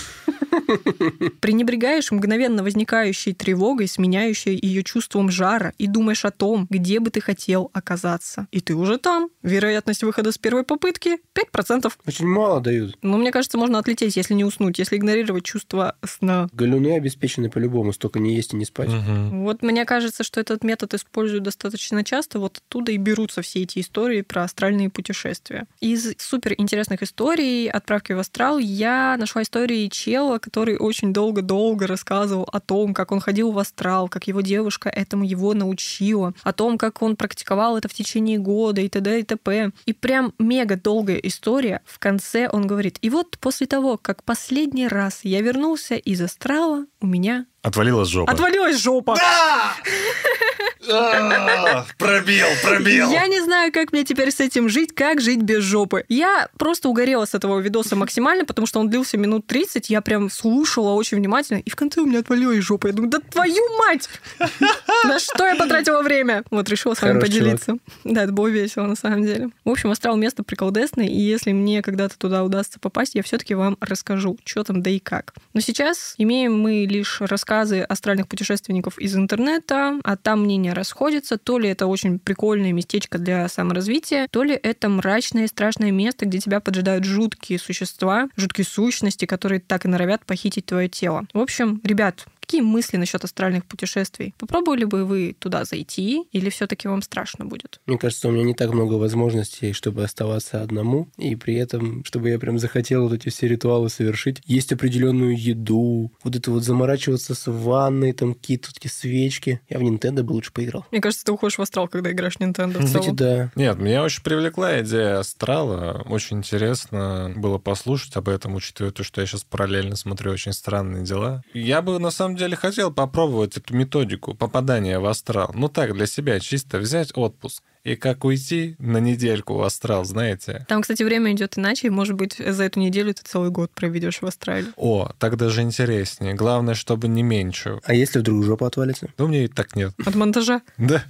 Пренебрегаешь мгновенно возникающей тревогой, сменяющей ее чувством жара, и думаешь о том, где бы ты хотел оказаться. И ты уже там. Вероятность выхода с первой попытки 5%.
Очень мало дают.
Ну, мне кажется, можно отлететь, если не уснуть, если игнорировать чувство сна.
Галюны обеспечены по-любому, столько не есть и не спать.
Мгм.
Вот мне кажется, что этот метод используют достаточно часто, вот оттуда и берутся все эти истории про астральные путешествия. Из суперинтересных историй отправки в астрал я нашла истории чела, который очень долго-долго рассказывал о том, как он ходил в астрал, как его девушка этому его научила, о том, как он практиковал это в течение года и т.д. и т.п. И прям мега долгая история. В конце он говорит, и вот после того, как последний раз я вернулся из астрала, у меня
Отвалилась жопа.
Отвалилась жопа.
А, Пробил, пробил.
Я не знаю, как мне теперь с этим жить, как жить без жопы. Я просто угорела с этого видоса максимально, потому что он длился минут 30, я прям слушала очень внимательно, и в конце у меня отвалилась жопа. Я думаю, да твою мать! На что я потратила время? Вот, решила с вами
Хороший
поделиться. Да, это было весело, на самом деле. В общем, астрал место приколдесное, и если мне когда-то туда удастся попасть, я все-таки вам расскажу, что там да и как. Но сейчас имеем мы лишь рассказы астральных путешественников из интернета, а там мнения расходятся. То ли это очень прикольное местечко для саморазвития, то ли это мрачное и страшное место, где тебя поджидают жуткие существа, жуткие сущности, которые так и норовят похитить твое тело. В общем, ребят, Какие мысли насчет астральных путешествий? Попробовали бы вы туда зайти, или все-таки вам страшно будет?
Мне кажется, у меня не так много возможностей, чтобы оставаться одному, и при этом, чтобы я прям захотел вот эти все ритуалы совершить. Есть определенную еду, вот это вот заморачиваться с ванной, там какие-то такие свечки. Я в Nintendo бы лучше поиграл.
Мне кажется, ты уходишь в астрал, когда играешь в Nintendo. в
Кстати,
целом.
да.
Нет, меня очень привлекла идея астрала. Очень интересно было послушать об этом, учитывая то, что я сейчас параллельно смотрю очень странные дела. Я бы на самом деле хотел попробовать эту методику попадания в астрал. Ну так, для себя чисто взять отпуск. И как уйти на недельку в астрал, знаете?
Там, кстати, время идет иначе, и, может быть, за эту неделю ты целый год проведешь в астрале.
О, так даже интереснее. Главное, чтобы не меньше.
А если вдруг жопа отвалится?
Ну, мне и так нет.
От монтажа.
Да.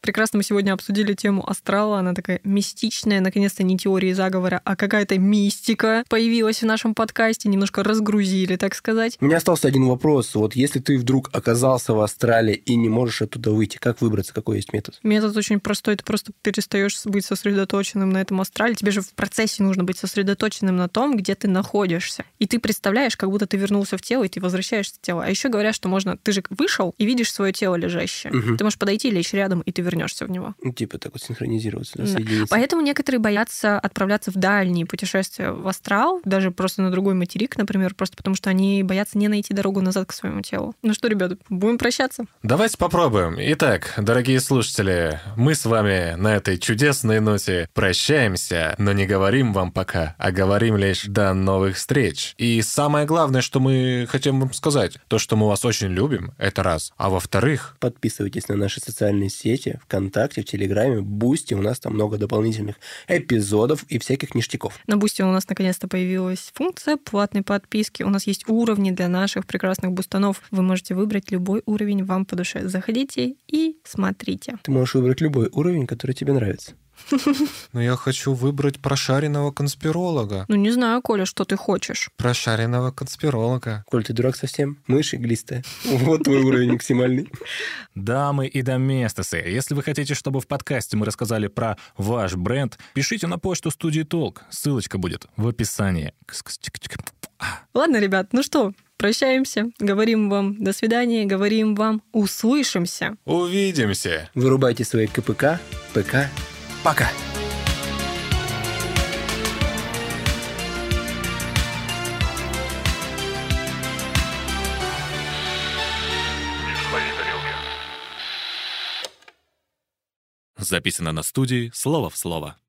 Прекрасно мы сегодня обсудили тему астрала. Она такая мистичная, наконец-то не теории заговора, а какая-то мистика появилась в нашем подкасте. Немножко разгрузили, так сказать.
У меня остался один вопрос. Вот если ты вдруг оказался в Австралии и не можешь оттуда выйти, как выбраться? Какой есть метод?
Метод очень простой. Ты просто перестаешь быть сосредоточенным на этом астрале. Тебе же в процессе нужно быть сосредоточенным на том, где ты находишься. И ты представляешь, как будто ты вернулся в тело, и ты возвращаешься в тело. А еще говорят, что можно... Ты же вышел и видишь свое тело лежащее.
Мгм.
Ты можешь подойти и лечь рядом, и ты вернешься в него.
Ну, типа так вот синхронизироваться, да,
Да. А
соединиться.
Поэтому некоторые боятся отправляться в дальние путешествия в астрал, даже просто на другой материк, например, просто потому что они боятся не найти дорогу назад к своему телу. Ну что, ребята, будем прощаться.
Давайте попробуем. Итак, дорогие слушатели, мы с вами на этой чудесной ноте прощаемся, но не говорим вам пока, а говорим лишь до новых встреч. И самое главное, что мы хотим вам сказать, то, что мы вас очень любим, это раз. А во-вторых,
Подписывайтесь на наши социальные сети, ВКонтакте, в Телеграме, Бусти. У нас там много дополнительных эпизодов и всяких ништяков.
На Бусте Ну, у нас наконец-то появилась функция платной подписки. У нас есть уровни для наших прекрасных бустанов. Вы можете выбрать любой уровень вам по душе. Заходите и смотрите.
Ты можешь выбрать любой уровень, который тебе нравится.
но я хочу выбрать прошаренного конспиролога.
Ну, не знаю, Коля, что ты хочешь.
Прошаренного конспиролога.
Коль, ты дурак совсем? Мышь иглистая. Вот твой уровень максимальный.
Дамы и доместосы, если вы хотите, чтобы в подкасте мы рассказали про ваш бренд, пишите на почту студии Толк. Ссылочка будет в описании. Кс-кс-тик-тик.
Ладно, ребят, ну что, прощаемся. Говорим вам до свидания, говорим вам услышимся.
Увидимся!
Вырубайте свои КПК, ПК. Пока!
Записано на студии «Слово в слово».